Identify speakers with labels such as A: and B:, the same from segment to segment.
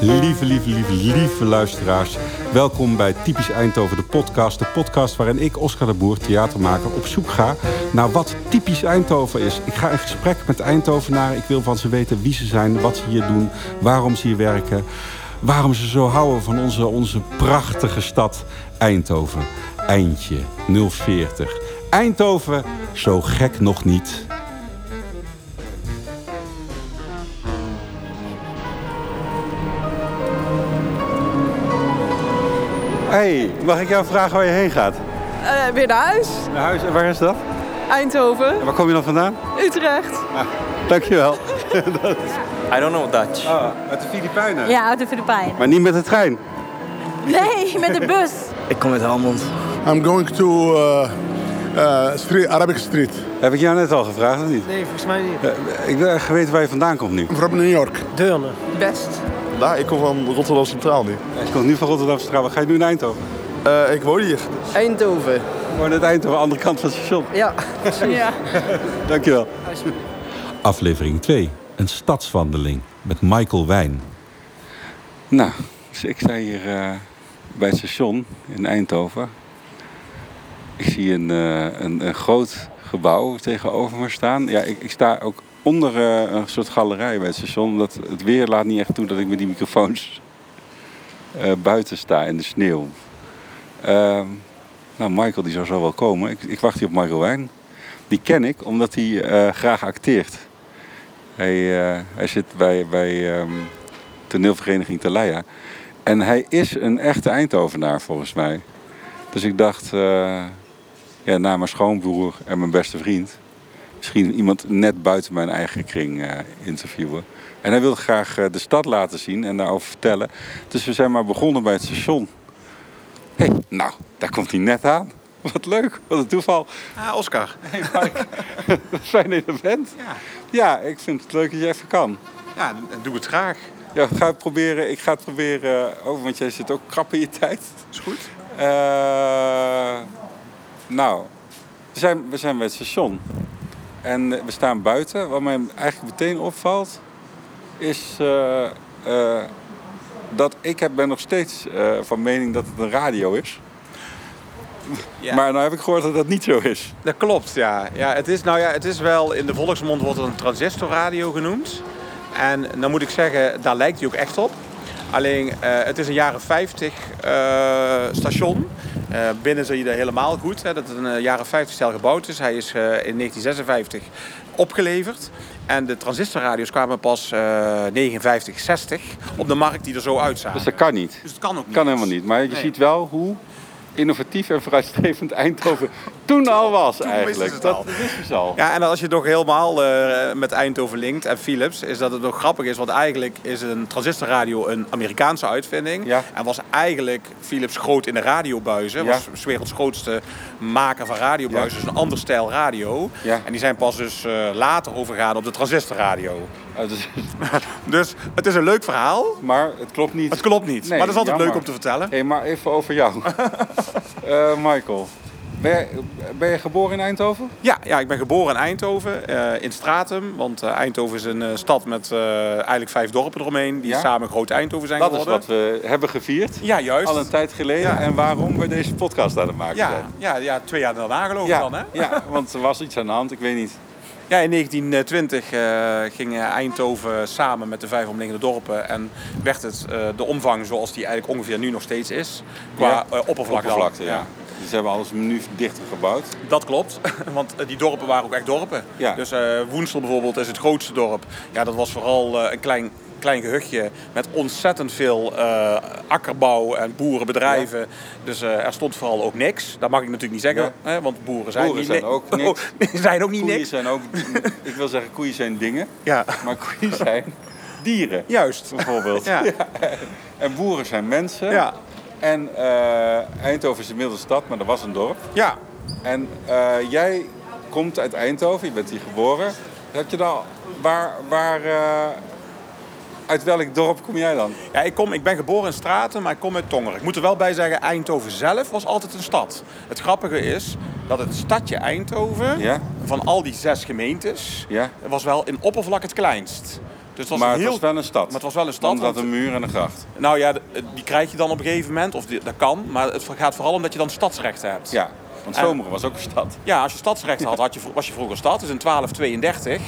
A: Lieve, lieve, lieve, lieve luisteraars. Welkom bij Typisch Eindhoven, de podcast. De podcast waarin ik, Oscar de Boer, theatermaker, op zoek ga naar wat typisch Eindhoven is. Ik ga in gesprek met Eindhovenaren. Ik wil van ze weten wie ze zijn, wat ze hier doen, waarom ze hier werken. Waarom ze zo houden van onze, onze prachtige stad Eindhoven. Eindje 040. Eindhoven, zo gek nog niet. Hey, mag ik jou vragen waar je heen gaat?
B: Eh, weer naar huis.
A: Naar huis, en waar is dat?
B: Eindhoven,
A: En waar kom je dan vandaan?
B: Utrecht.
A: Dankjewel.
C: I don't know Dutch.
A: Ah, uit de Filipijnen.
D: Ja, uit de Filipijnen.
A: Maar niet met de trein.
D: Nee, met de bus.
C: Ik kom uit Helmond.
E: I'm going to uh, uh, street, Arabic Street.
A: Heb ik jou net al gevraagd of niet?
F: Nee, volgens mij niet.
A: Eh, ik wil echt weten waar je vandaan komt nu.
E: I'm from New York.
F: Deurne.
B: Best.
G: Nou, ik kom van Rotterdam Centraal nu.
A: Ik kom nu van Rotterdam Centraal. Waar Ga je nu naar Eindhoven?
G: Eh, ik woon hier.
F: Eindhoven.
A: Gewoon net Eindhoven, andere kant van het station.
F: Ja.
B: Ja.
A: Dankjewel. Aflevering 2. Een stadswandeling met Michael Wijn. Nou, dus ik sta hier eh, bij het station in Eindhoven. Ik zie een, eh, een, een groot gebouw tegenover me staan. Ja, ik, ik sta ook onder eh, een soort galerij bij het station. Omdat het weer laat niet echt toe dat ik met die microfoons eh, buiten sta in de sneeuw. Ehm, nou, Michael die zou zo wel komen. Ik, ik wacht hier op Michael Wijn. Die ken ik omdat hij eh, graag acteert. Hij, eh, hij zit bij, bij ehm, toneelvereniging Talaya. En hij is een echte Eindhovenaar volgens mij. Dus ik dacht, eh, ja, na mijn schoonbroer en mijn beste vriend... misschien iemand net buiten mijn eigen kring eh, interviewen. En hij wilde graag eh, de stad laten zien en daarover vertellen. Dus we zijn maar begonnen bij het station. Hé, hey, nou, daar komt hij net aan. Wat leuk, wat een toeval.
G: Ah, Oscar.
A: Fijn dat je er bent.
G: Ja.
A: Ja, ik vind het leuk dat je even kan.
G: Ja, doe het graag.
A: Ja, ga het proberen, ik ga het proberen over, want jij zit ook krap in je tijd.
G: Is goed.
A: Eh, nou, we zijn, we zijn bij het station. En eh, we staan buiten. Wat mij eigenlijk meteen opvalt, is eh, eh, dat ik heb, ben nog steeds eh, van mening dat het een radio is.
G: Ja.
A: Maar nou heb ik gehoord dat dat niet zo is.
G: Dat klopt, ja. ja, het is, nou ja. Het is wel, in de volksmond wordt het een transistorradio genoemd. En dan moet ik zeggen, daar lijkt hij ook echt op. Alleen, eh, het is een jaren 50 eh, station. Eh, binnen zie je dat helemaal goed, hè, dat het een eh, jaren 50 stijl gebouwd is. Hij is eh, in 1956 opgeleverd. En de transistorradio's kwamen pas eh 59, 60 op de markt die er zo uitzagen.
A: Dus dat kan niet.
G: Dus het kan ook niet.
A: Kan helemaal niet. Maar je
G: Nee.
A: ziet wel hoe innovatief en vooruitstrevend Eindhoven toen al was eigenlijk.
G: het
A: dat
G: al.
A: wisten ze al.
G: Ja, en als je het nog helemaal eh, met Eindhoven linkt en Philips, is dat het nog grappig is. Want eigenlijk is een transistorradio een Amerikaanse uitvinding.
A: Ja.
G: En was eigenlijk Philips groot in de radiobuizen.
A: Ja.
G: Was 's werelds grootste maker van radiobuizen. Dus een ander stijl radio.
A: Ja.
G: En die zijn pas dus eh, later overgegaan op de transistorradio.
A: Eh, dus-
G: Dus het is een leuk verhaal.
A: maar het klopt niet.
G: Het klopt niet.
A: Nee,
G: maar dat is altijd
A: jammer.
G: leuk om te vertellen.
A: Hé, maar even over jou. Eh, Michael, ben jij, ben jij geboren in Eindhoven?
G: Ja, ja, ik ben geboren in Eindhoven, eh, in Stratum. Want eh, Eindhoven is een eh, stad met eh, eigenlijk vijf dorpen eromheen. Die
A: Ja.
G: samen Groot Eindhoven zijn
A: Dat is
G: geworden.
A: wat we hebben gevierd.
G: Ja, juist.
A: Al een tijd geleden.
G: Ja.
A: En waarom we deze podcast aan het maken
G: ja,
A: zijn.
G: ja, ja, twee jaar daarna geloof ik dan, hè?
A: ja, want er was iets aan de hand, ik weet niet.
G: Ja, in 1920 eh, ging eh, Eindhoven samen met de vijf omliggende dorpen. En werd het eh, de omvang zoals die eigenlijk ongeveer nu nog steeds is. Qua
A: Ja.
G: eh, oppervlak dan.
A: Oppervlakte, ja. Dus ze hebben alles nu dichter gebouwd.
G: Dat klopt, want eh, die dorpen waren ook echt dorpen.
A: Ja.
G: Dus eh, Woensel bijvoorbeeld is het grootste dorp. Ja, dat was vooral eh, een klein, klein gehuchtje met ontzettend veel eh, akkerbouw en boerenbedrijven. Dus eh, er stond vooral ook niks. Dat mag ik natuurlijk niet zeggen, hè, want boeren zijn,
A: Boeren
G: niet
A: zijn
G: ni-
A: ook niks.
G: Oh, zijn ook niet
A: Koeien
G: niks.
A: zijn ook, ik wil zeggen, koeien zijn dingen.
G: Ja,
A: Maar koeien zijn dieren,
G: juist.
A: bijvoorbeeld.
G: Ja.
A: En boeren zijn mensen.
G: Ja.
A: En eh, Eindhoven is inmiddels een stad, maar dat was een dorp.
G: Ja.
A: En eh, jij komt uit Eindhoven, je bent hier geboren. Heb je dan, waar, waar eh, uit welk dorp kom jij dan?
G: Ja, ik, kom, ik ben geboren in Straten, maar ik kom uit Tongeren. Ik moet er wel bij zeggen, Eindhoven zelf was altijd een stad. Het grappige is dat het stadje Eindhoven,
A: Ja.
G: van al die zes gemeentes,
A: Ja.
G: was wel in oppervlak het kleinst. Dus het was
A: maar
G: een heel...
A: het was wel een stad.
G: Maar het was wel een stad,
A: Omdat
G: want-
A: een muur en een gracht.
G: Nou ja, d- die krijg je dan op een gegeven moment, of die- dat kan. Maar het gaat vooral omdat je dan stadsrechten hebt.
A: Ja, want
G: En-
A: Zomeren was ook een stad.
G: Ja, als je stadsrechten had, had je, vro- was je vroeger stad. Dus in 1232,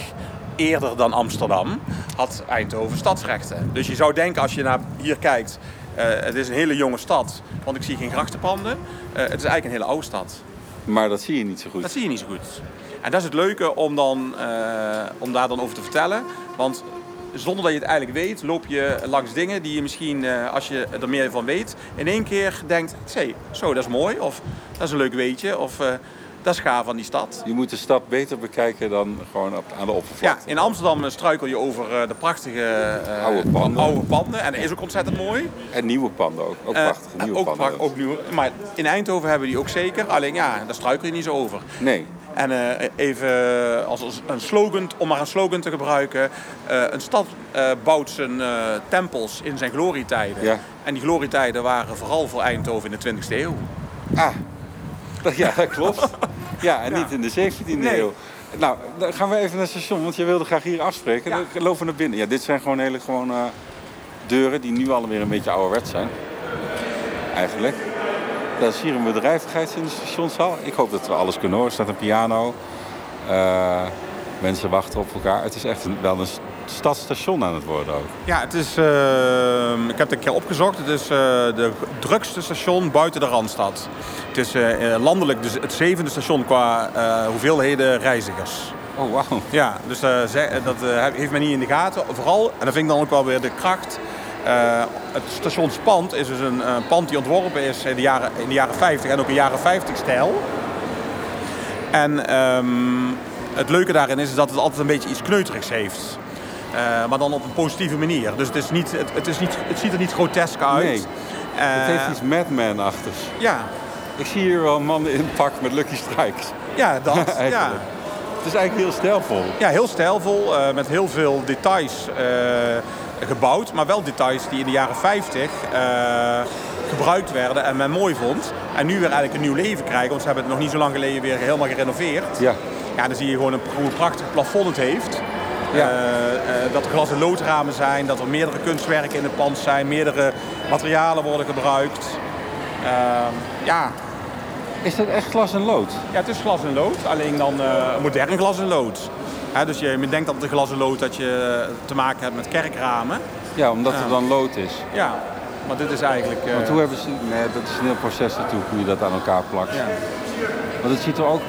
G: eerder dan Amsterdam, had Eindhoven stadsrechten. Dus je zou denken als je naar hier kijkt, eh, het is een hele jonge stad, want ik zie geen grachtenpanden. Eh, het is eigenlijk een hele oude stad.
A: Maar dat zie je niet zo goed.
G: Dat zie je niet zo goed. En dat is het leuke om, dan, eh, om daar dan over te vertellen. Want zonder dat je het eigenlijk weet, loop je langs dingen die je misschien, eh, als je er meer van weet, in één keer denkt, "Zee, zo, dat is mooi. Of dat is een leuk weetje. Of eh, dat is gaaf van die stad.
A: Je moet de stad beter bekijken dan gewoon op, aan de
G: Ja,
A: oppervlakte.
G: in Amsterdam eh, struikel je over eh, de prachtige eh,
A: Oude panden.
G: oude panden. En dat is ook ontzettend mooi.
A: En nieuwe panden ook. Ook
G: Eh,
A: prachtige nieuwe
G: ook,
A: panden.
G: pra- ook nieuwe. Maar in Eindhoven hebben we die ook zeker. Alleen ja, daar struikel je niet zo over.
A: Nee.
G: En eh, even als als een slogan, om maar een slogan te gebruiken. eh, een stad eh, bouwt zijn eh, tempels in zijn glorietijden.
A: Ja.
G: En die glorietijden waren vooral voor Eindhoven in de 20e eeuw.
A: Ah, dat- ja, dat klopt. Ja, en
G: Ja.
A: niet in de 17e
G: Nee.
A: eeuw. Nou, dan gaan we even naar het station, want je wilde graag hier afspreken.
G: Ja.
A: Dan lopen we naar binnen. Ja, dit zijn gewoon hele gewoon, eh, deuren die nu alweer een beetje ouderwets zijn. Eigenlijk. Daar is hier een bedrijvigheid in de stationshal. Ik hoop dat we alles kunnen horen. Er staat een piano. Eh, mensen wachten op elkaar. Het is echt een, wel een s- stadstation aan het worden ook.
G: Ja, het is, eh, ik heb het een keer opgezocht. Het is eh de drukste station buiten de Randstad. Het is eh, eh, landelijk dus het zevende station qua eh, hoeveelheden reizigers.
A: Oh, wauw.
G: Ja, dus eh, ze- dat eh, heeft men niet in de gaten. Vooral, en dat vind ik dan ook wel weer de kracht. eh, het stationspand is dus een eh, pand die ontworpen is in de jaren, in de jaren 50 en ook in jaren 50 stijl. En ehm, het leuke daarin is, is dat het altijd een beetje iets kneuterigs heeft. Eh, maar dan op een positieve manier. Dus het, is niet, het, het, is niet, het ziet er niet grotesk uit.
A: Nee.
G: Eh,
A: Het heeft iets Madman-achtigs.
G: Ja,
A: Ik zie hier wel mannen in pak met Lucky Strikes.
G: ja dat. ja.
A: Eigenlijk. Het is eigenlijk heel stijlvol.
G: Ja, heel stijlvol, eh, met heel veel details eh, gebouwd. Maar wel details die in de jaren 50 eh, gebruikt werden en men mooi vond. En nu weer eigenlijk een nieuw leven krijgen, want ze hebben het nog niet zo lang geleden weer helemaal gerenoveerd.
A: Ja.
G: Ja, dan zie je gewoon een, hoe prachtig plafond het heeft.
A: Ja.
G: Eh, eh, dat er glas- en loodramen zijn, dat er meerdere kunstwerken in het pand zijn, meerdere materialen worden gebruikt. Ehm, ja.
A: Is dat echt glas en lood?
G: Ja, het is glas en lood, alleen dan eh, modern glas en lood. Hè, dus je, je denkt dat de glas en lood dat je eh, te maken hebt met kerkramen.
A: Ja, omdat
G: Ja.
A: er dan lood is.
G: Ja, maar dit is eigenlijk. eh,
A: Want hoe hebben ze... Nee, dat is een heel proces natuurlijk hoe je dat aan elkaar plakt.
G: ja.
A: Want het ziet er ook...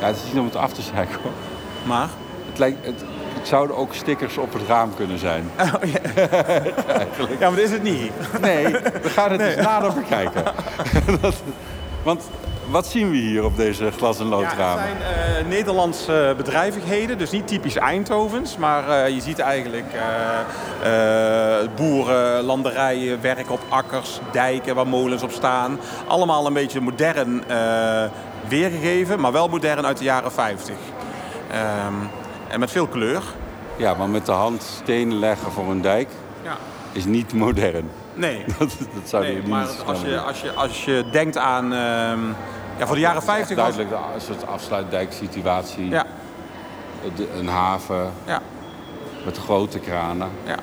A: Ja, het is niet om het af te zeiken hoor.
G: Maar.
A: Het, lijkt, het, het zouden ook stickers op het raam kunnen zijn.
G: Ja, maar dat is het niet.
A: Nee, we gaan het eens nader bekijken. Dat- want wat zien we hier op deze glas en
G: Ja, het
A: loodramen?
G: zijn eh, Nederlandse bedrijvigheden, dus niet typisch Eindhovens. Maar eh, je ziet eigenlijk eh, eh, boeren, landerijen, werk op akkers, dijken waar molens op staan. Allemaal een beetje modern eh, weergegeven, maar wel modern uit de jaren 50. Ehm, en met veel kleur.
A: Ja, maar met de hand stenen leggen voor een dijk
G: Ja.
A: is niet modern.
G: Nee,
A: Dat, dat zou je
G: nee
A: niet
G: maar
A: snel
G: als je,
A: doen.
G: als, je, als je denkt aan... ehm, ja, voor de jaren 50 was...
A: Duidelijk een soort afsluitdijksituatie.
G: Ja,
A: De- Een haven
G: ja.
A: met grote kranen.
G: Ja.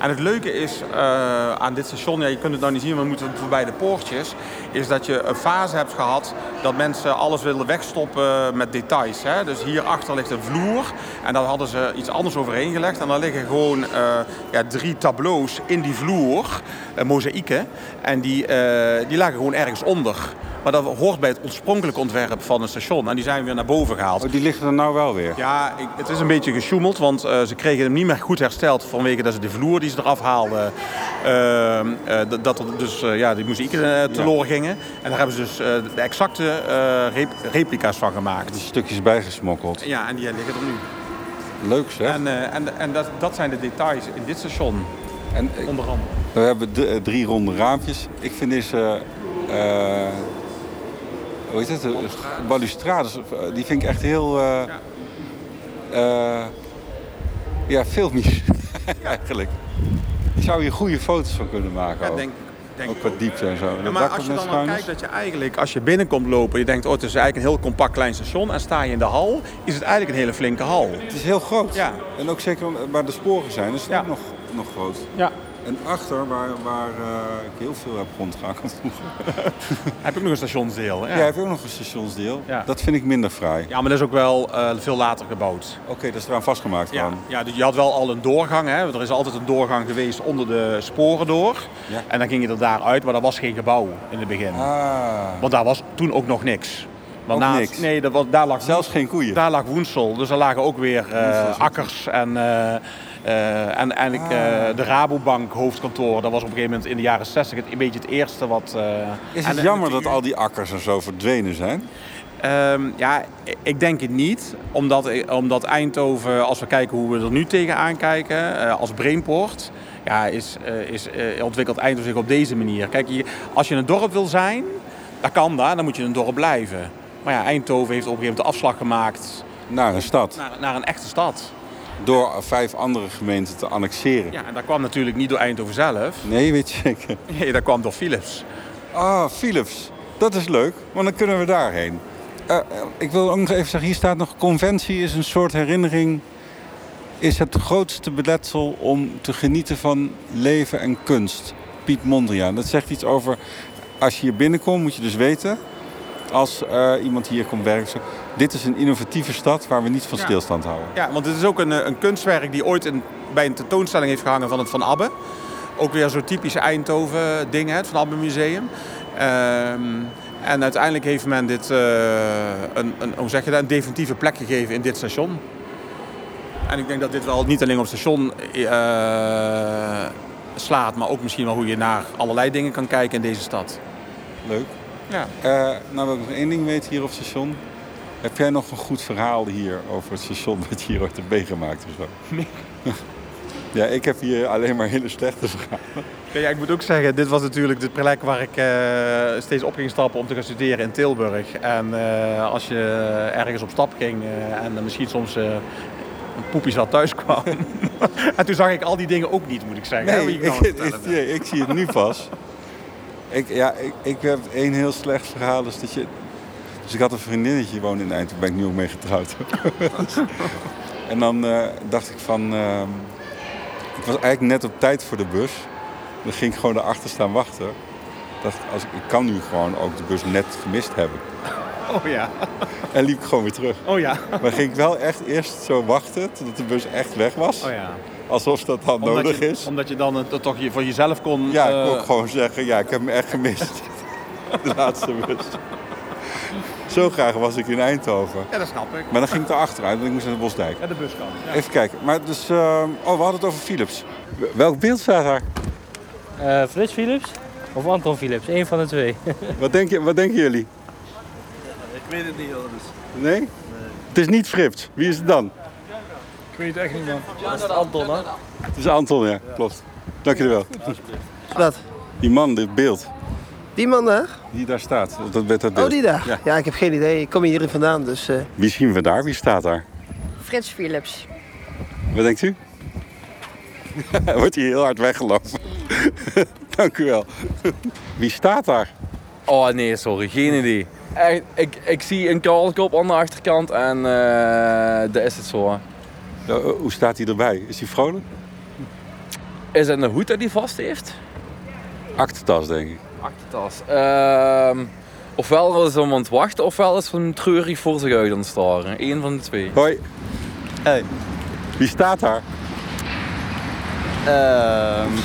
G: En het leuke is eh, aan dit station, ja, je kunt het nou niet zien, want we moeten voorbij de poortjes, is dat je een fase hebt gehad dat mensen alles wilden wegstoppen met details. Hè? Dus hierachter ligt een vloer en daar hadden ze iets anders overheen gelegd. En daar liggen gewoon eh, ja, drie tableaus in die vloer, eh, mozaïeken, en die, eh, die lagen gewoon ergens onder. Maar dat hoort bij het oorspronkelijke ontwerp van een station en die zijn weer naar boven gehaald.
A: Oh, die liggen er nou wel weer.
G: Ja, ik, het is een beetje gesjoemeld, want eh, ze kregen hem niet meer goed hersteld vanwege dat ze de vloer die ze eraf haalden, ehm, eh, dat- dat er dus eh, ja, die muzieken eh, teloor gingen. En daar hebben ze dus eh, de exacte eh, rep- replica's van
A: Er
G: gemaakt.
A: zijn stukjes bijgesmokkeld.
G: Dus Ja, en die eh, liggen er nu.
A: Leuk zeg.
G: En, eh, en, en dat, dat zijn de details in dit station,
A: En, eh,
G: onder andere.
A: we hebben d- eh, drie ronde raampjes. Ik vind deze... eh, hoe heet het? Eh, Balustrades. of, eh, Die vind ik echt heel... eh eh, ja, filmisch. eigenlijk. Ik zou hier goede foto's van kunnen maken.
G: Ja,
A: ook.
G: denk, Denk
A: Ook
G: ik
A: wat diepte en zo.
G: Ja,
A: Dat
G: maar
A: dak wat
G: als je
A: net
G: dan maar
A: schuin
G: kijkt
A: is.
G: dat je eigenlijk, als je binnenkomt lopen, je denkt, oh, het is eigenlijk een heel compact klein station. En sta je in de hal, is het eigenlijk een hele flinke hal.
A: Het is heel groot.
G: Ja.
A: En ook zeker om- waar de sporen zijn, is het
G: Ja.
A: ook nog, nog groot.
G: Ja.
A: En achter, waar, waar eh, ik heel veel heb rondgehaald vroeger.
G: Heb ik nog een stationsdeel. Ja.
A: Jij hebt ook nog een stationsdeel.
G: Ja.
A: Dat vind ik minder fraai.
G: Ja, maar dat is ook wel eh, veel later gebouwd.
A: Oké, dat is eraan vastgemaakt
G: Ja,
A: gewoon.
G: ja, dus je had wel al een doorgang. Hè? Want er is altijd een doorgang geweest onder de sporen door.
A: Ja.
G: En dan ging je er daaruit, maar dat was geen gebouw in het begin.
A: Ah,
G: Want daar was toen ook nog niks. Want
A: Ook
G: na-
A: niks?
G: Nee, dat was, daar, lag,
A: zelfs geen koeien.
G: daar lag Woensel. Dus daar lagen ook weer eh, akkers en, eh, eh, en, en ik, eh,
A: Ah.
G: de Rabobank hoofdkantoor. Dat was op een gegeven moment in de jaren 60 het, een beetje het eerste wat... eh,
A: is
G: en-
A: het
G: en
A: jammer
G: de-
A: dat al die akkers en zo verdwenen zijn?
G: Ehm, ja, i- ik denk het niet. Omdat, omdat Eindhoven, als we kijken hoe we er nu tegenaan kijken, eh, als Brainport, ja, is, eh, is, eh, ontwikkelt Eindhoven zich op deze manier. Kijk, je- als je een dorp wil zijn, dan kan dat, dan moet je een dorp blijven. Maar ja, Eindhoven heeft op een gegeven moment de afslag gemaakt
A: Naar een stad.
G: naar, naar een echte stad.
A: Door vijf andere gemeenten te annexeren.
G: Ja, en dat kwam natuurlijk niet door Eindhoven zelf.
A: Nee, weet je zeker.
G: Nee, dat kwam door Philips.
A: Ah, Philips. Dat is leuk, want dan kunnen we daarheen. Eh, eh, ik wil ook nog even zeggen, hier staat nog... Conventie is een soort herinnering... is het grootste beletsel om te genieten van leven en kunst. Piet Mondriaan. Dat zegt iets over... Als je hier binnenkomt, moet je dus weten... als eh, iemand hier komt werken... zo, dit is een innovatieve stad waar we niet van
G: Ja.
A: stilstand houden.
G: Ja, want het is ook een, eh, een kunstwerk die ooit in, bij een tentoonstelling heeft gehangen van het Van Abbe. Ook weer zo'n typisch Eindhoven ding, hè, het Van Abbe Museum. Ehm, en uiteindelijk heeft men dit eh, een, een, hoe zeg je dat, een definitieve plek gegeven in dit station. En ik denk dat dit wel niet alleen op het station eh, slaat, maar ook misschien wel hoe je naar allerlei dingen kan kijken in deze stad.
A: Leuk.
G: Ja.
A: Eh, nou, wil ik nog één ding weten hier op het station. Heb jij nog een goed verhaal hier over het station wat je hier ooit hebt meegemaakt of zo? Nee. ja, ik heb hier alleen maar hele slechte verhalen.
G: Nee, Ja, ik moet ook zeggen, dit was natuurlijk de plek waar ik eh, steeds op ging stappen om te gaan studeren in Tilburg. En eh, als je ergens op stap ging eh, en dan misschien soms eh een poepie zat thuis kwam. en toen zag ik al die dingen ook niet, moet ik zeggen. hè, wat je
A: ik,
G: kan
A: ik,
G: vertellen.
A: nee, ik zie het nu pas. Ik, ja, ik, ik heb één heel slecht verhaal. Is dat je, dus ik had een vriendinnetje die woonde in Eindhoven. Daar ben ik nu ook mee getrouwd. en dan eh, dacht ik van... ehm, ik was eigenlijk net op tijd voor de bus. Dan ging ik gewoon daarachter staan wachten. Dacht, ik, als ik, ik kan nu gewoon ook de bus net gemist hebben.
G: Oh ja,
A: En liep ik gewoon weer terug.
G: oh ja,
A: Maar ging ik wel echt eerst zo wachten totdat de bus echt weg was.
G: oh ja.
A: Alsof dat dan nodig
G: je,
A: is.
G: Omdat je dan het dat toch je, voor jezelf kon...
A: Ja,
G: eh,
A: ik wil ook gewoon zeggen, ja, ik heb hem echt gemist. De laatste bus. Zo graag was ik in Eindhoven.
G: ja, dat snap ik.
A: Maar dan ging ik erachteruit, want ik moest naar de Bosdijk.
G: Ja, de bus kan. Ja.
A: Even kijken. Maar dus, ehm, oh, we hadden het over Philips. Welk beeld staat daar?
F: Eh, Frits Philips of Anton Philips, één van de twee.
A: Wat, denk je, wat denken jullie? Ik weet het niet, Joris. Nee? Het is niet Frits. Wie is het dan? Ik weet het echt niet, man. Dat is Anton, hè? Het is Anton, ja. Klopt. Dank jullie wel.
H: Wat?
A: Die man, dit beeld,
H: Die man daar?
A: die daar staat. Dat, dus- dat, dat beeld.
H: Oh, die daar?
A: Ja.
H: Ja. ik heb geen idee. Ik kom hier vandaan, dus... eh,
A: Wie zien we daar? Wie staat daar?
D: Frits Philips.
A: Wat denkt u? Wordt hier heel hard weggelopen. Dank u wel. Wie staat daar?
I: Oh nee, sorry, geen idee. Echt, ik, ik zie een kaalkop aan de achterkant en eh dat is het zo. hè.
A: Nou, eh, Hoe staat hij erbij? Is hij vrolijk?
I: Is het een hoed dat hij vast heeft?
A: Aktentas, denk ik.
I: Achtertas. Ehm ofwel is hij om aan het wachten, ofwel is hij treurig voor zich uit aan het staren. Eén van de twee.
A: Hoi. Hey. Wie staat daar?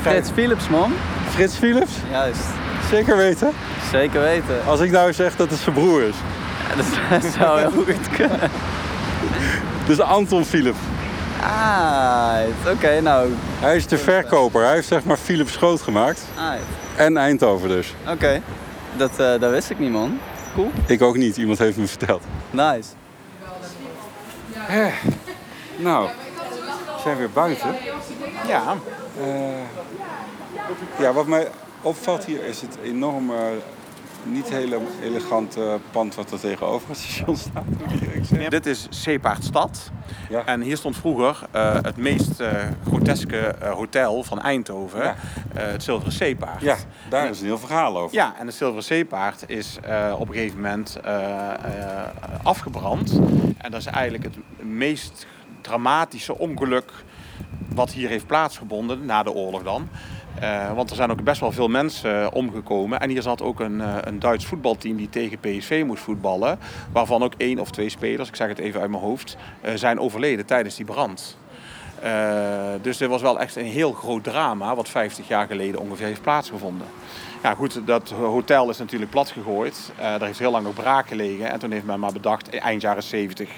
C: Frits Philips, man.
A: Frits Philips?
C: Juist.
A: Zeker weten.
C: Zeker weten.
A: Als ik nou zeg dat het zijn broer is.
C: dat zou heel goed kunnen.
A: Dus Anton Philips.
C: Aight. Oké, nou.
A: Hij is de verkoper. Hij heeft zeg maar Philips groot gemaakt.
C: Aight.
A: En Eindhoven dus.
C: Oké. Dat, eh, dat wist ik niet, man.
A: Ik ook niet. Iemand heeft me verteld.
C: Nice.
A: Nou, we zijn weer buiten.
G: Ja.
A: Ja, wat mij opvalt hier is het enorme niet hele elegant eh, pand wat er tegenover het station staat. moet ik eerlijk zeggen.
G: Dit is Zeepaardstad.
A: Ja.
G: En hier stond vroeger eh, het meest eh, groteske eh, hotel van Eindhoven.
A: Ja.
G: eh, het Zilveren Zeepaard.
A: Ja, daar is een heel verhaal over.
G: Ja, en het Zilveren Zeepaard is eh, op een gegeven moment eh, eh, afgebrand. En dat is eigenlijk het meest dramatische ongeluk wat hier heeft plaatsgevonden, na de oorlog dan. Eh, want er zijn ook best wel veel mensen eh, omgekomen. En hier zat ook een, eh, een Duits voetbalteam die tegen PSV moest voetballen. Waarvan ook één of twee spelers, ik zeg het even uit mijn hoofd, eh, zijn overleden tijdens die brand. Eh, dus dit was wel echt een heel groot drama wat 50 jaar geleden ongeveer heeft plaatsgevonden. Ja goed, dat hotel is natuurlijk plat gegooid. Eh, daar heeft heel lang nog braak gelegen. En toen heeft men maar bedacht, eh, eind jaren 70,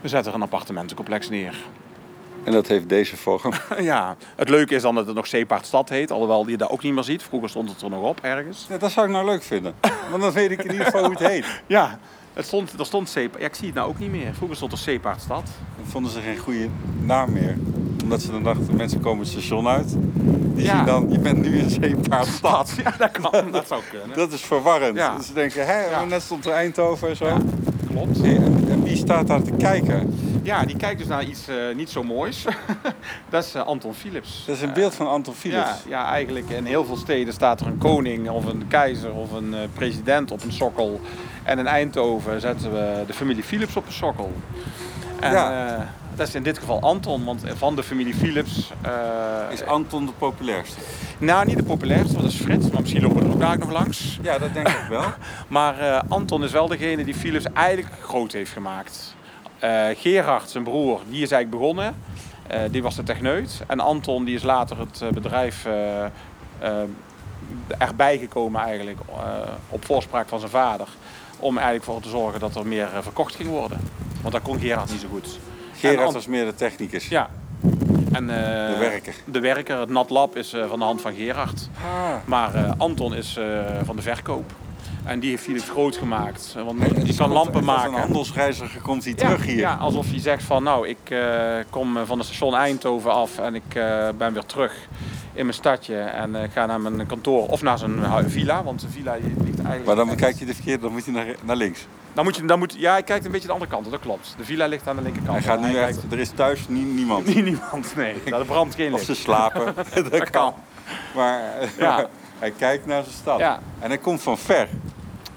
G: we zetten er een appartementencomplex neer.
A: En dat heeft deze vorm.
G: ja, het leuke is dan dat het nog Zeepaardstad heet. Alhoewel je dat ook niet meer ziet. Vroeger stond het er nog op ergens.
A: Ja, dat zou ik nou leuk vinden. Want dan weet ik in ieder geval hoe het heet.
G: Ja, het stond, er stond Zeepa- Ja, ik zie het nou ook niet meer. Vroeger stond er Zeepaardstad.
A: Dan vonden ze geen goede naam meer. Omdat ze dan dachten, mensen komen het station uit. Die
G: Ja.
A: zien dan, je bent nu in Zeepaardstad.
G: Stad, ja dat kan. Dat zou kunnen.
A: Dat is verwarrend.
G: Ja.
A: Dus ze denken, hè,
G: Ja.
A: net stond er Eindhoven en zo.
G: Ja. Klopt.
A: Hey, en, en wie staat daar te kijken?
G: Ja, die kijkt dus naar iets eh, niet zo moois. dat is eh, Anton Philips.
A: Dat is een beeld van Anton
G: Ja,
A: Philips.
G: ja, eigenlijk in heel veel steden staat er een koning of een keizer of een eh, president op een sokkel. En in Eindhoven zetten we de familie Philips op een sokkel. En
A: Ja.
G: eh, dat is in dit geval Anton, want van de familie Philips... eh,
A: Is Anton de populairste?
G: nou, niet de populairste, want dat is Frits, maar misschien lopen we er ook daar nog langs.
A: Ja, dat denk ik wel.
G: Maar eh, Anton is wel degene die Philips eigenlijk groot heeft gemaakt. Eh, Gerard, zijn broer, die is eigenlijk begonnen. Eh, die was de techneut. En Anton die is later het eh, bedrijf eh, eh, erbij gekomen eigenlijk eh, op voorspraak van zijn vader. Om eigenlijk voor te zorgen dat er meer eh, verkocht ging worden. Want dat kon Gerard niet zo goed. En
A: Gerard
G: Ant-
A: was meer de technicus.
G: Ja. En, eh,
A: De werker.
G: De werker. Het natlab is eh, van de hand van Gerard.
A: Ah.
G: Maar eh, Anton is eh, van de verkoop. En die heeft Philips groot gemaakt. eh, Want
A: Hey, het
G: die
A: is
G: kan
A: goed.
G: lampen
A: Als
G: maken.
A: een handelsreiziger komt hij
G: ja,
A: terug hier.
G: ja, alsof hij zegt van nou, ik eh, kom van het station Eindhoven af en ik eh, ben weer terug in mijn stadje. En eh, ik ga naar mijn kantoor of naar zijn hu- villa, want zijn villa ligt eigenlijk...
A: Maar dan kijk je de verkeerde, dan moet hij naar, naar links.
G: Dan moet je, dan moet, ja, ik kijk een beetje de andere kant, op, dat klopt. De villa ligt aan de linkerkant.
A: Hij gaat
G: En
A: nu
G: kijkt-
A: echt, er is thuis nie- niemand.
G: Nee, niemand, nee. Daar brandt
A: Of
G: geen licht.
A: ze slapen, dat kan. Maar
G: Ja.
A: hij kijkt naar zijn stad.
G: Ja.
A: En hij komt van ver.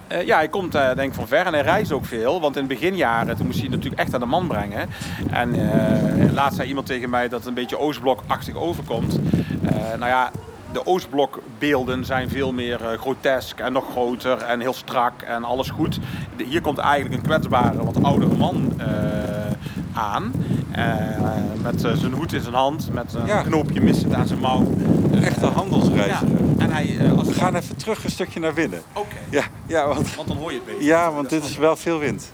G: Eh, ja, hij komt eh, denk ik van ver en hij reist ook veel. Want in de beginjaren, toen moest hij het natuurlijk echt aan de man brengen. En eh, laatst zei iemand tegen mij dat het een beetje Oostblok-achtig overkomt. Eh, nou ja, de Oostblokbeelden zijn veel meer eh, grotesk en nog groter en heel strak en alles goed. De- hier komt eigenlijk een kwetsbare, wat oudere man eh, aan. Eh, met eh, zijn hoed in zijn hand, met een
A: Ja.
G: knoopje missend aan zijn mouw.
A: Echt een
G: Ja,
A: handelsreiziger.
G: en hij... eh, als
A: We gaan even terug een stukje naar binnen.
G: Oké,
A: Ja, ja, want,
G: want dan hoor je het beter.
A: ja, want dit is wel veel wind.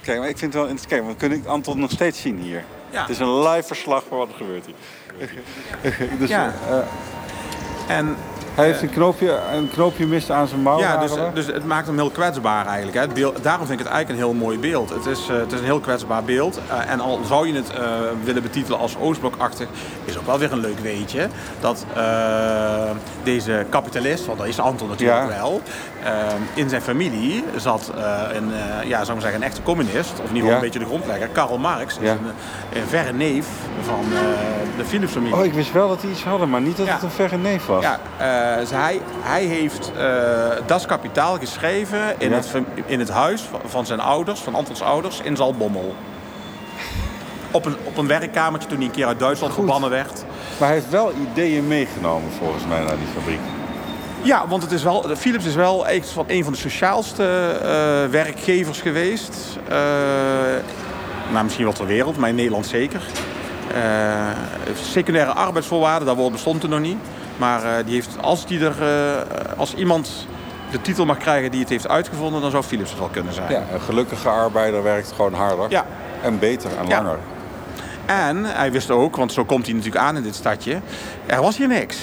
A: Kijk, maar ik vind het wel interessant. Kijk, want we kunnen Anton nog steeds zien hier.
G: Ja.
A: Het is een live verslag van wat er gebeurt hier. dus,
G: Ja.
A: eh,
G: En
A: hij heeft een knoopje, een knoopje mist aan zijn mouw.
G: Ja,
A: waren
G: dus,
A: we.
G: dus het maakt hem heel kwetsbaar eigenlijk. Hè. Het beeld, daarom vind ik het eigenlijk een heel mooi beeld. Het is, eh, het is een heel kwetsbaar beeld. Eh, en al zou je het eh, willen betitelen als Oostblokachtig, is ook wel weer een leuk weetje. Dat eh, deze kapitalist, want dat is Anton natuurlijk
A: Ja.
G: wel, eh, in zijn familie zat eh, een, eh, ja, zou ik maar zeggen, een echte communist, of in ieder geval
A: Ja.
G: een beetje de grondlegger, Karl Marx. Is
A: Ja.
G: een, eh, een verre neef van eh, de Philips-familie.
A: Oh, ik wist wel dat die iets hadden, maar niet dat
G: Ja.
A: het een verre neef was.
G: Ja, eh, dus hij, hij heeft eh Das Kapitaal geschreven in,
A: Ja.
G: het, fam- in het huis van, van zijn ouders, van Antons ouders, in Zaltbommel. Op een, op een werkkamertje toen hij een keer uit Duitsland verbannen werd.
A: Maar hij heeft wel ideeën meegenomen volgens mij naar die fabriek.
G: Ja, want het is wel, Philips is wel echt van een van de sociaalste eh, werkgevers geweest. Eh, nou, misschien wel ter wereld, maar in Nederland zeker. Eh, secundaire arbeidsvoorwaarden, dat woord bestond er nog niet. Maar eh, die heeft, als, die er, eh, als iemand de titel mag krijgen die het heeft uitgevonden, dan zou Philips het wel kunnen zijn.
A: Ja, een gelukkige arbeider werkt gewoon harder.
G: Ja.
A: En beter en
G: Ja.
A: langer.
G: En hij wist ook, want zo komt hij natuurlijk aan in dit stadje, er was hier niks.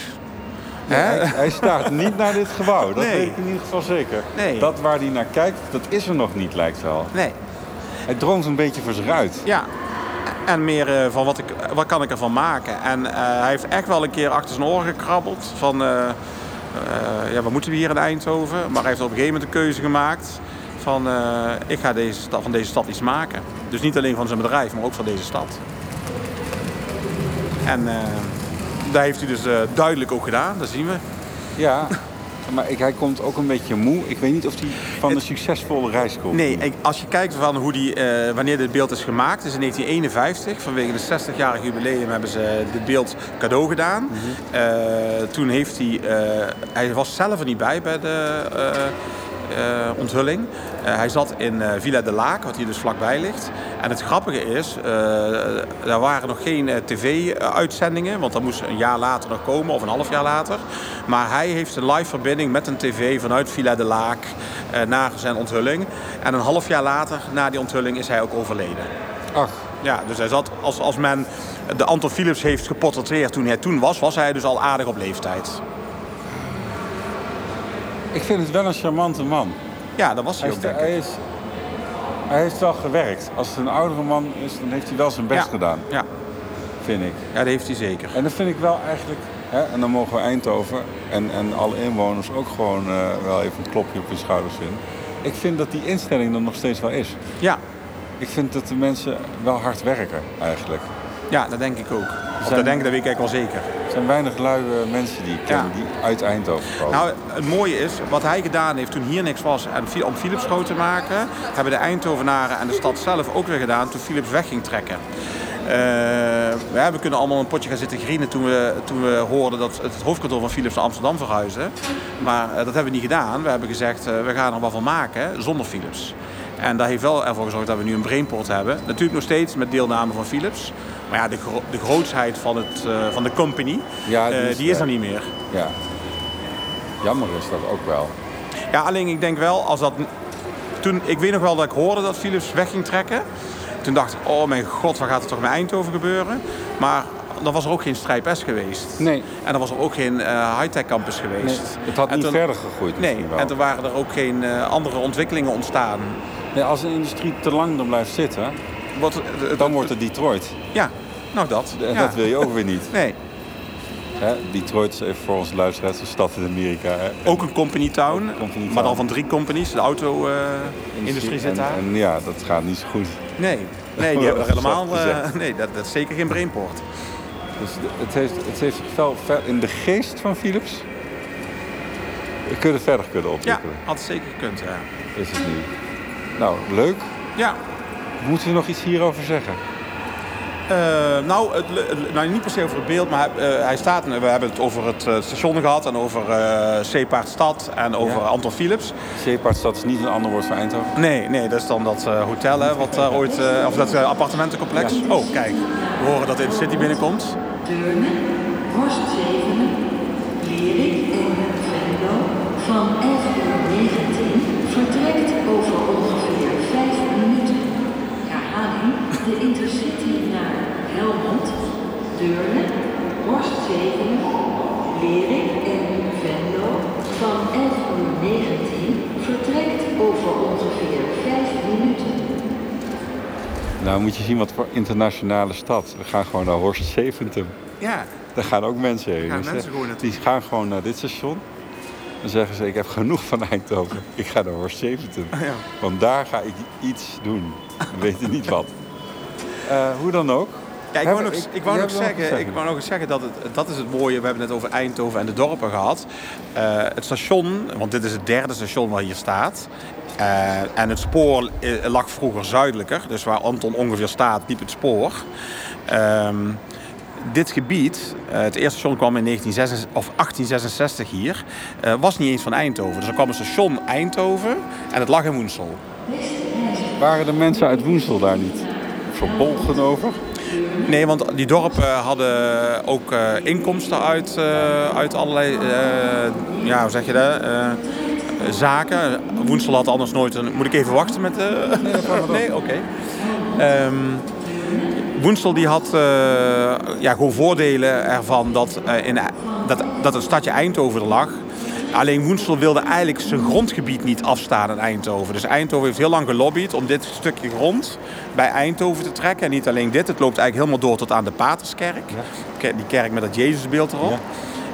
A: Hij, hij staat niet naar dit gebouw, dat
G: Nee.
A: weet ik in ieder geval zeker.
G: Nee.
A: Dat waar hij naar kijkt, dat is er nog niet, lijkt wel.
G: Nee.
A: Hij droomt een beetje voor zich uit.
G: Ja. En meer eh, van wat, ik, wat kan ik ervan maken. En eh, hij heeft echt wel een keer achter zijn oren gekrabbeld. Van eh, eh, ja, wat moeten we hier in Eindhoven? Maar hij heeft op een gegeven moment een keuze gemaakt van eh, ik ga deze, sta- van deze stad iets maken. Dus niet alleen van zijn bedrijf, maar ook van deze stad. En eh dat heeft hij dus eh, duidelijk ook gedaan, dat zien we.
A: Ja, maar ik, hij komt ook een beetje moe. Ik weet niet of hij van een succesvolle reis komt.
G: Nee, ik- als je kijkt van hoe die, eh, wanneer dit beeld is gemaakt, is in 1951. Vanwege de 60-jarig jubileum hebben ze dit beeld cadeau gedaan. Eh, toen heeft hij, eh, hij was zelf er niet bij bij de eh, eh, onthulling. Eh, hij zat in eh, Villa de Laak, wat hier dus vlakbij ligt. En het grappige is, eh daar waren nog geen eh, tv-uitzendingen, want dat moest een jaar later nog komen of een half jaar later. Maar hij heeft een live verbinding met een tv vanuit Villa de Laak eh, na zijn onthulling. En een half jaar later, na die onthulling, is hij ook overleden.
A: Ach.
G: Ja, dus hij zat, als, als men de Anton Philips heeft geportretteerd toen hij toen was, was hij dus al aardig op leeftijd.
A: Ik vind het wel een charmante man.
G: Ja, dat was
A: Hij,
G: hij,
A: is,
G: ook, denk ik.
A: hij, is, hij heeft wel gewerkt. Als het een oudere man is, dan heeft hij wel zijn best
G: Ja.
A: gedaan,
G: Ja.
A: vind ik.
G: ja, dat heeft hij zeker.
A: En dat vind ik wel eigenlijk... Hè, en dan mogen we Eindhoven en, en alle inwoners ook gewoon eh, wel even een klopje op de schouders vinden. Ik vind dat die instelling er nog steeds wel is.
G: Ja,
A: Ik vind dat de mensen wel hard werken, eigenlijk.
G: ja dat denk ik ook. Of
A: Zijn-
G: dat denk ik, dat weet ik eigenlijk wel zeker.
A: Er zijn weinig luie mensen die ik ken,
G: Ja.
A: die uit Eindhoven komen.
G: Nou, het mooie is, wat hij gedaan heeft toen hier niks was en Fi- om Philips groot te maken, hebben de Eindhovenaren en de stad zelf ook weer gedaan toen Philips weg ging trekken. Eh, ja, we kunnen allemaal een potje gaan zitten grienen toen we, toen we hoorden dat het het hoofdkantoor van Philips naar Amsterdam verhuisde. Maar eh, dat hebben we niet gedaan. We hebben gezegd, eh, we gaan er wat van maken zonder Philips. En dat heeft wel ervoor gezorgd dat we nu een brainport hebben. Natuurlijk nog steeds met deelname van Philips. Maar ja, de, gro- de grootsheid van, het, eh, van de company,
A: Ja, die
G: eh,
A: is
G: die is
A: weg.
G: er niet meer.
A: Ja. Jammer is dat ook wel.
G: Ja, alleen ik denk wel, als dat... Toen, ik weet nog wel dat ik hoorde dat Philips weg ging trekken. Toen dacht ik, oh mijn god, wat gaat er toch met Eindhoven gebeuren? Maar dan was er ook geen strijpes geweest.
A: Nee.
G: En dan was er ook geen eh, high-tech campus
A: Nee,
G: geweest.
A: Dus het had
G: En
A: niet
G: toen-
A: verder gegroeid
G: Nee,
A: misschien wel.
G: en er waren er ook geen eh, andere ontwikkelingen ontstaan.
A: Nee, als een industrie te lang er blijft zitten,
G: Wat, het- het-
A: dan wordt het Detroit.
G: Ja, nou dat.
A: En
G: ja.
A: dat wil je ook weer niet.
G: Nee,
A: Hè? Detroit is even voor onze luisteraars een stad in Amerika. hè.
G: ook een company town,
A: Ook een company
G: maar dan
A: town.
G: van drie companies. De eh, auto-industrie
A: En-
G: zit daar.
A: En ja, dat gaat niet zo goed.
G: Nee, nee, die hebben er
A: Zacht
G: helemaal... eh,
A: gezegd.
G: nee, dat, dat is zeker geen brainport.
A: Dus de- het heeft, het heeft zich wel ver- in de geest van Philips kunnen verder kunnen
G: Ja,
A: ontwikkelen.
G: had zeker gekund, ja.
A: Is het nu. Nou, leuk.
G: Ja,
A: Moeten we nog iets hierover zeggen?
G: eh, nou, het, le- het- nou, niet per se over het beeld, maar eh, hij staat... We hebben het over het eh, station gehad en over eh Zeepaardstad en over
A: Ja.
G: Anton Philips.
A: Zeepaardstad is niet een ander woord voor Eindhoven.
G: Nee, nee, dat is dan dat eh, hotel, hè, wat daar ooit... eh, of dat eh, appartementencomplex.
A: Ja.
G: Oh, kijk, we horen dat in de city binnenkomt.
J: Deurne, Horst 7, Lerik en Venlo van 11 uur 19 vertrekt over ongeveer 5 minuten. Herhaling, de intercity naar Helmond, Deurne, Horst 7, Lerik en Venlo van 11 uur 19 vertrekt over ongeveer 5 minuten.
A: Nou, moet je zien wat voor internationale stad. We gaan gewoon naar Horst Zeventum.
G: Ja,
A: Daar gaan ook mensen heen.
G: Gaan
A: Dus,
G: mensen
A: eh,
G: gewoon naartoe.
A: die gaan gewoon naar dit station. Dan zeggen ze, ik heb genoeg van Eindhoven. Ik ga naar Horst Zeventum.
G: ja.
A: Want daar ga ik iets doen. We weten niet wat. Eh, hoe dan ook.
G: Ja, ik wou
A: Hebben-
G: nog, ik
A: jij
G: wou nog
A: hebt wel wat te
G: zeggen, ik wou nog eens zeggen dat het, dat is het mooie. We hebben het over Eindhoven en de dorpen gehad. Eh, het station, want dit is het derde station waar hier staat. Eh, en het spoor eh, lag vroeger zuidelijker. Dus waar Anton ongeveer staat, liep het spoor. Ehm, dit gebied, eh, het eerste station kwam in 1966 of 1866 hier, eh, was niet eens van Eindhoven. Dus er kwam een station Eindhoven en het lag in Woensel.
A: Waren de mensen uit Woensel daar niet verbolgen over?
G: Nee, want die dorpen eh, hadden ook eh, inkomsten uit, eh, uit allerlei, eh, ja, hoe zeg je dat, eh, zaken. Woensel had anders nooit een... Moet ik even wachten met de... Nee, oké. Ehm, Woensel die had eh, ja, gewoon voordelen ervan dat, eh, in, dat, dat het stadje Eindhoven er lag. Alleen Woensel wilde eigenlijk zijn grondgebied niet afstaan aan Eindhoven. Dus Eindhoven heeft heel lang gelobbyd om dit stukje grond bij Eindhoven te trekken. En niet alleen dit, het loopt eigenlijk helemaal door tot aan de Paterskerk. Ke- Die kerk met dat Jezusbeeld erop.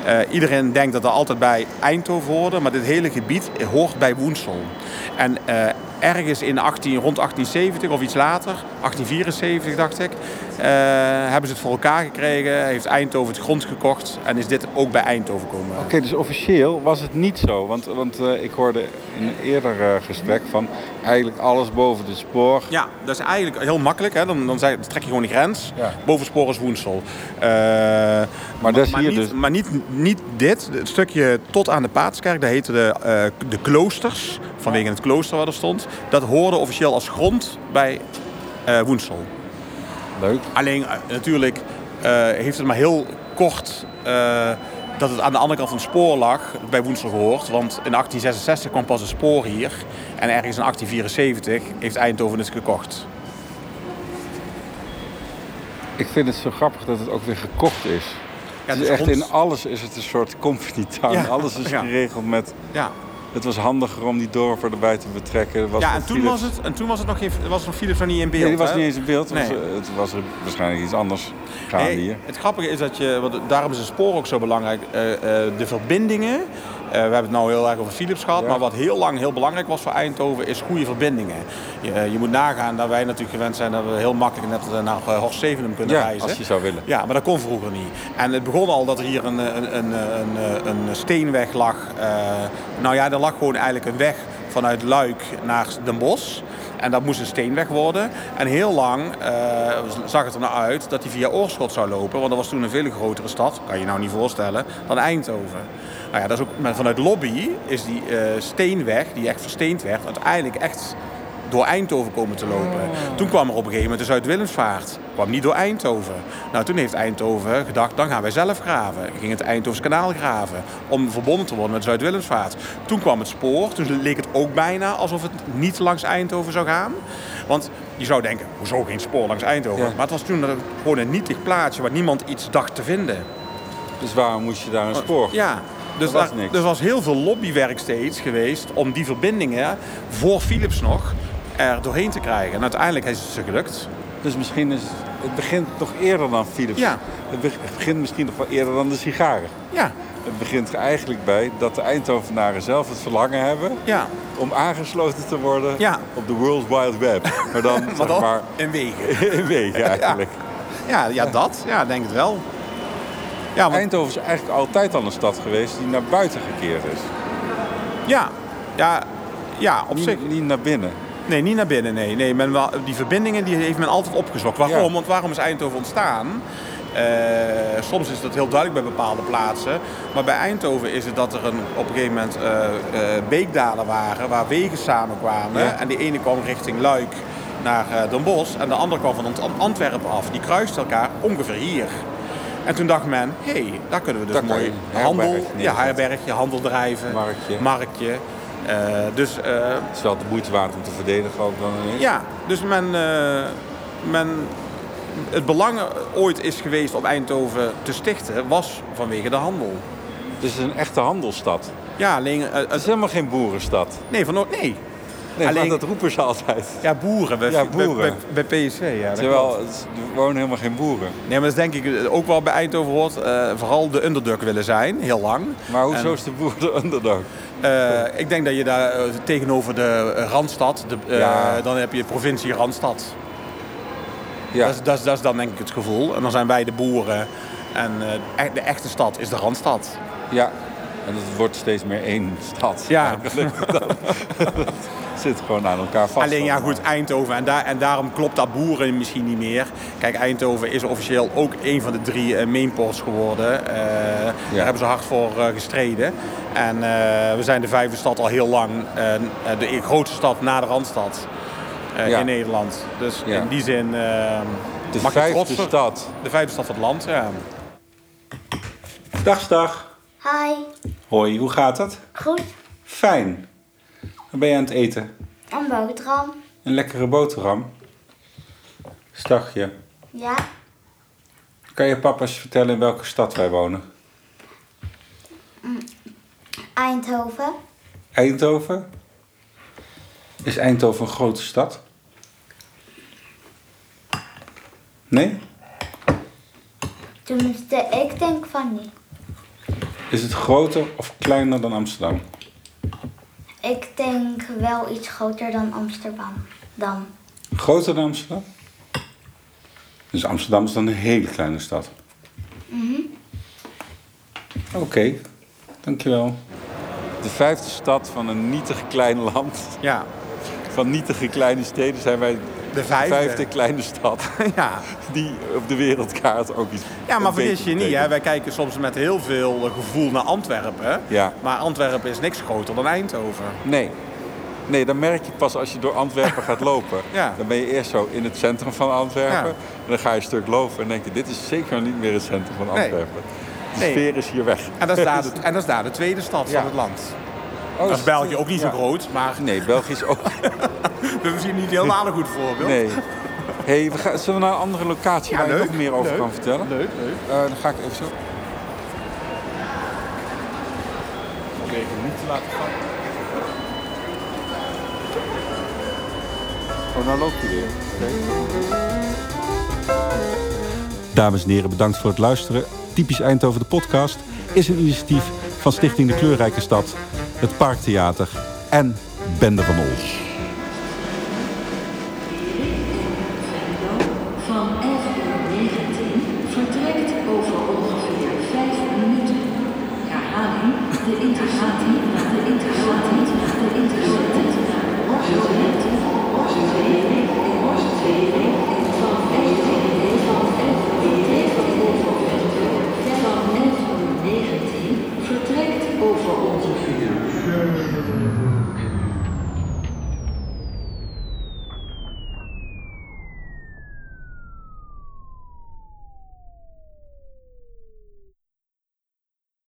G: Eh, iedereen denkt dat we altijd bij Eindhoven hoorden, maar dit hele gebied hoort bij Woensel. En eh, ergens in 18, rond 1870 of iets later, 1874 dacht ik, eh, hebben ze het voor elkaar gekregen, heeft Eindhoven het grond gekocht en is dit ook bij Eindhoven komen.
A: Oké, dus officieel was het niet zo. Want, want eh, ik hoorde in een eerder eh, gesprek van eigenlijk alles boven de spoor.
G: Ja, dat is eigenlijk heel makkelijk. Hè? Dan, dan zeg- trek je gewoon de grens.
A: Ja.
G: Bovenspoor is Woensel. Eh,
A: Maar dat is hier
G: niet,
A: dus-
G: Maar niet, niet dit. Het stukje tot aan de Paatskerk, daar heette de, eh, de kloosters. Vanwege het klooster waar er stond. Dat hoorde officieel als grond bij eh, Woensel.
A: Leuk.
G: Alleen eh, natuurlijk eh, heeft het maar heel kort eh, dat het aan de andere kant van het spoor lag, bij Woensel gehoord. Want in 1866 kwam pas een spoor hier. En ergens in 1874 heeft Eindhoven het gekocht.
A: Ik vind het zo grappig dat het ook weer gekocht is.
G: het
A: het
G: is
A: is echt
G: grond-
A: in alles is het een soort company town.
G: Ja,
A: Alles is
G: ja.
A: geregeld met...
G: Ja.
A: Het was handiger om die dorpen erbij te betrekken. Er Was
G: ja,
A: nog
G: en toen,
A: Philips-
G: was het, en toen was het nog geen, was nog Philips E nog niet in beeld.
A: Nee, die was
G: hè?
A: niet eens in beeld.
G: Nee.
A: want, eh, het was er waarschijnlijk iets anders gaan
G: Nee,
A: hier.
G: Het grappige is dat je, want daarom is het spoor ook zo belangrijk, eh, eh, de verbindingen. Eh, we hebben het nou heel erg over Philips gehad, maar wat heel lang heel belangrijk was voor Eindhoven is goede verbindingen. Je, eh, je moet nagaan dat wij natuurlijk gewend zijn dat we heel makkelijk net eh, naar eh, Horst Zevenum kunnen
A: Ja,
G: reizen.
A: als je zou willen.
G: Ja, maar dat kon vroeger niet. En het begon al dat er hier een, een, een, een, een steenweg lag. Eh, nou ja, er lag gewoon eigenlijk een weg vanuit Luik naar Den Bosch. En dat moest een steenweg worden. En heel lang eh, zag het er naar uit dat die via Oorschot zou lopen. Want dat was toen een veel grotere stad, kan je nou niet voorstellen, dan Eindhoven. Nou ja, dat is ook, maar vanuit Lobby is die eh, steenweg, die echt versteend werd, uiteindelijk echt door Eindhoven komen te lopen. Toen kwam er op een gegeven moment de Zuid-Willemsvaart. Kwam niet door Eindhoven. Nou, toen heeft Eindhoven gedacht, dan gaan wij zelf graven. Ging het Eindhovens kanaal graven om verbonden te worden met de Zuid-Willemsvaart. Toen kwam het spoor. Toen leek het ook bijna alsof het niet langs Eindhoven zou gaan. Want je zou denken, hoezo geen spoor langs Eindhoven?
A: Ja.
G: Maar het was toen een- gewoon een nietig plaatsje waar niemand iets dacht te vinden.
A: Dus waarom moest je daar een spoor?
G: Oh, Ja, dus
A: Dat was
G: daar-
A: niks.
G: er was heel veel lobbywerk steeds geweest om die verbindingen voor Philips nog er doorheen te krijgen. En uiteindelijk is het ze gelukt.
A: Dus misschien is het begint nog eerder dan Philips.
G: Ja.
A: Het be- het begint misschien nog wel eerder dan de sigaren.
G: Ja,
A: Het begint er eigenlijk bij dat de Eindhovenaren zelf het verlangen hebben
G: ja.
A: om aangesloten te worden
G: Ja.
A: op de World Wide Web. Maar dan,
G: Maar
A: zeg
G: dan
A: maar
G: in wegen.
A: in wegen eigenlijk.
G: Ja, ja, dat. Ja, ik denk het wel. Ja, want,
A: Eindhoven is eigenlijk altijd al een stad geweest die naar buiten gekeerd is.
G: ja, ja, ja op zich.
A: Niet, niet naar binnen.
G: Nee, niet naar binnen. Nee, nee men, wel- die verbindingen die heeft men altijd opgezocht. Waarom?
A: Ja.
G: Want waarom is Eindhoven ontstaan? Eh, soms is dat heel duidelijk bij bepaalde plaatsen. Maar bij Eindhoven is het dat er een, op een gegeven moment eh, eh, beekdalen waren waar wegen samenkwamen.
A: Ja.
G: En die ene kwam richting Luik naar eh, Den Bosch en de andere kwam van Ant- Antwerpen af. Die kruisten elkaar ongeveer hier. En toen dacht men, hé, hey, daar kunnen we dus
A: Daar kan
G: mooi
A: je een
G: handel,
A: herberg
G: ja,
A: neerzetten.
G: herbergje, handel drijven,
A: Marktje.
G: marktje. Eh, dus eh,
A: Het is wel de moeite waard om te verdedigen ook dan ineens.
G: ja, dus men, eh, men, het belang ooit is geweest om Eindhoven te stichten, was vanwege de handel.
A: Dus het is een echte handelstad.
G: Ja, alleen... eh,
A: Het is
G: het,
A: helemaal geen boerenstad.
G: nee, van, nee.
A: Nee,
G: Alleen-
A: alleen... dat roepen ze altijd.
G: Ja, boeren. Bij,
A: Ja,
G: bij-
A: boeren.
G: Bij, bij PSV, ja. dat
A: Terwijl
G: klopt.
A: het- er wonen helemaal geen boeren.
G: Nee, maar dat is denk ik eh, ook wel bij Eindhoven hoort. eh, vooral de underdog willen zijn, heel lang.
A: Maar hoezo
G: En-
A: is de boer de underdog?
G: Eh, ik denk dat je daar eh, tegenover de eh, Randstad, de, eh,
A: Ja.
G: dan heb je provincie Randstad.
A: Ja.
G: Dat, is, dat, is, dat is dan denk ik het gevoel. En dan zijn wij de boeren. En eh, e- de echte stad is de Randstad.
A: Ja. En het wordt steeds meer één stad.
G: Ja.
A: eigenlijk. Dat, dat zit gewoon aan elkaar vast.
G: Alleen ja,
A: eh,
G: goed, Eindhoven. En, daar, en daarom klopt dat boeren misschien niet meer. Kijk, Eindhoven is officieel ook een van de drie eh, mainports geworden. Eh, Daar hebben ze hard voor eh, gestreden. En eh, we zijn de vijfde stad al heel lang. En, eh, de grootste stad na de Randstad eh,
A: Ja.
G: in Nederland. Dus
A: Ja.
G: in die zin... eh,
A: De
G: mag je
A: vijfde
G: trots-
A: stad.
G: De vijfde stad van het land, ja.
A: Dag, dag.
K: Hi,
A: Hoi, hoe gaat het?
K: goed.
A: Fijn. Wat ben je aan het eten?
K: Een boterham.
A: Een lekkere boterham. Stagje.
K: Ja,
A: Kan je papa eens vertellen in welke stad wij wonen?
K: Mm. Eindhoven.
A: Eindhoven? Is Eindhoven een grote stad? Nee?
K: Tenminste, ik denk van niet.
A: Is het groter of kleiner dan Amsterdam?
K: Ik denk wel iets groter dan Amsterdam. Dan.
A: Groter dan Amsterdam? Dus Amsterdam is dan een hele kleine stad.
K: Mhm.
A: Oké, dankjewel. De vijfde stad van een nietig klein land.
G: Ja.
A: Van nietige kleine steden zijn wij de
G: vijfde.
A: kleine stad.
G: ja.
A: Die op de wereldkaart ook iets.
G: Ja, maar
A: een
G: vergis
A: beetje
G: je niet. Hè?
A: betekent.
G: Wij kijken soms met heel veel eh, gevoel naar Antwerpen.
A: Ja.
G: Maar Antwerpen is niks groter dan Eindhoven.
A: Nee. Nee, dan merk je pas als je door Antwerpen gaat lopen.
G: Ja.
A: Dan ben je eerst zo in het centrum van Antwerpen.
G: Ja.
A: En dan ga je een stuk lopen en denk je, dit is zeker niet meer het centrum van
G: Nee.
A: Antwerpen. De
G: Nee.
A: sfeer is hier weg.
G: En dat is daar de, en dat is daar de tweede stad van het land.
A: Oh,
G: dat is België ook niet
A: ja.
G: zo groot, maar
A: Nee, België is ook.
G: we hebben misschien niet helemaal een goed voorbeeld.
A: Nee. Hey, we gaan, zullen we naar een andere locatie
G: Ja,
A: waar je
G: leuk,
A: nog meer over
G: leuk,
A: kan vertellen?
G: leuk, leuk.
A: Eh, dan ga ik even zo.
G: Even niet te laten gaan.
A: Oh, nou loopt hij weer. Dames en heren, bedankt voor het luisteren. Typisch Eindhoven de podcast is een initiatief van Stichting de Kleurrijke Stad, het Parktheater en Bende van Ols.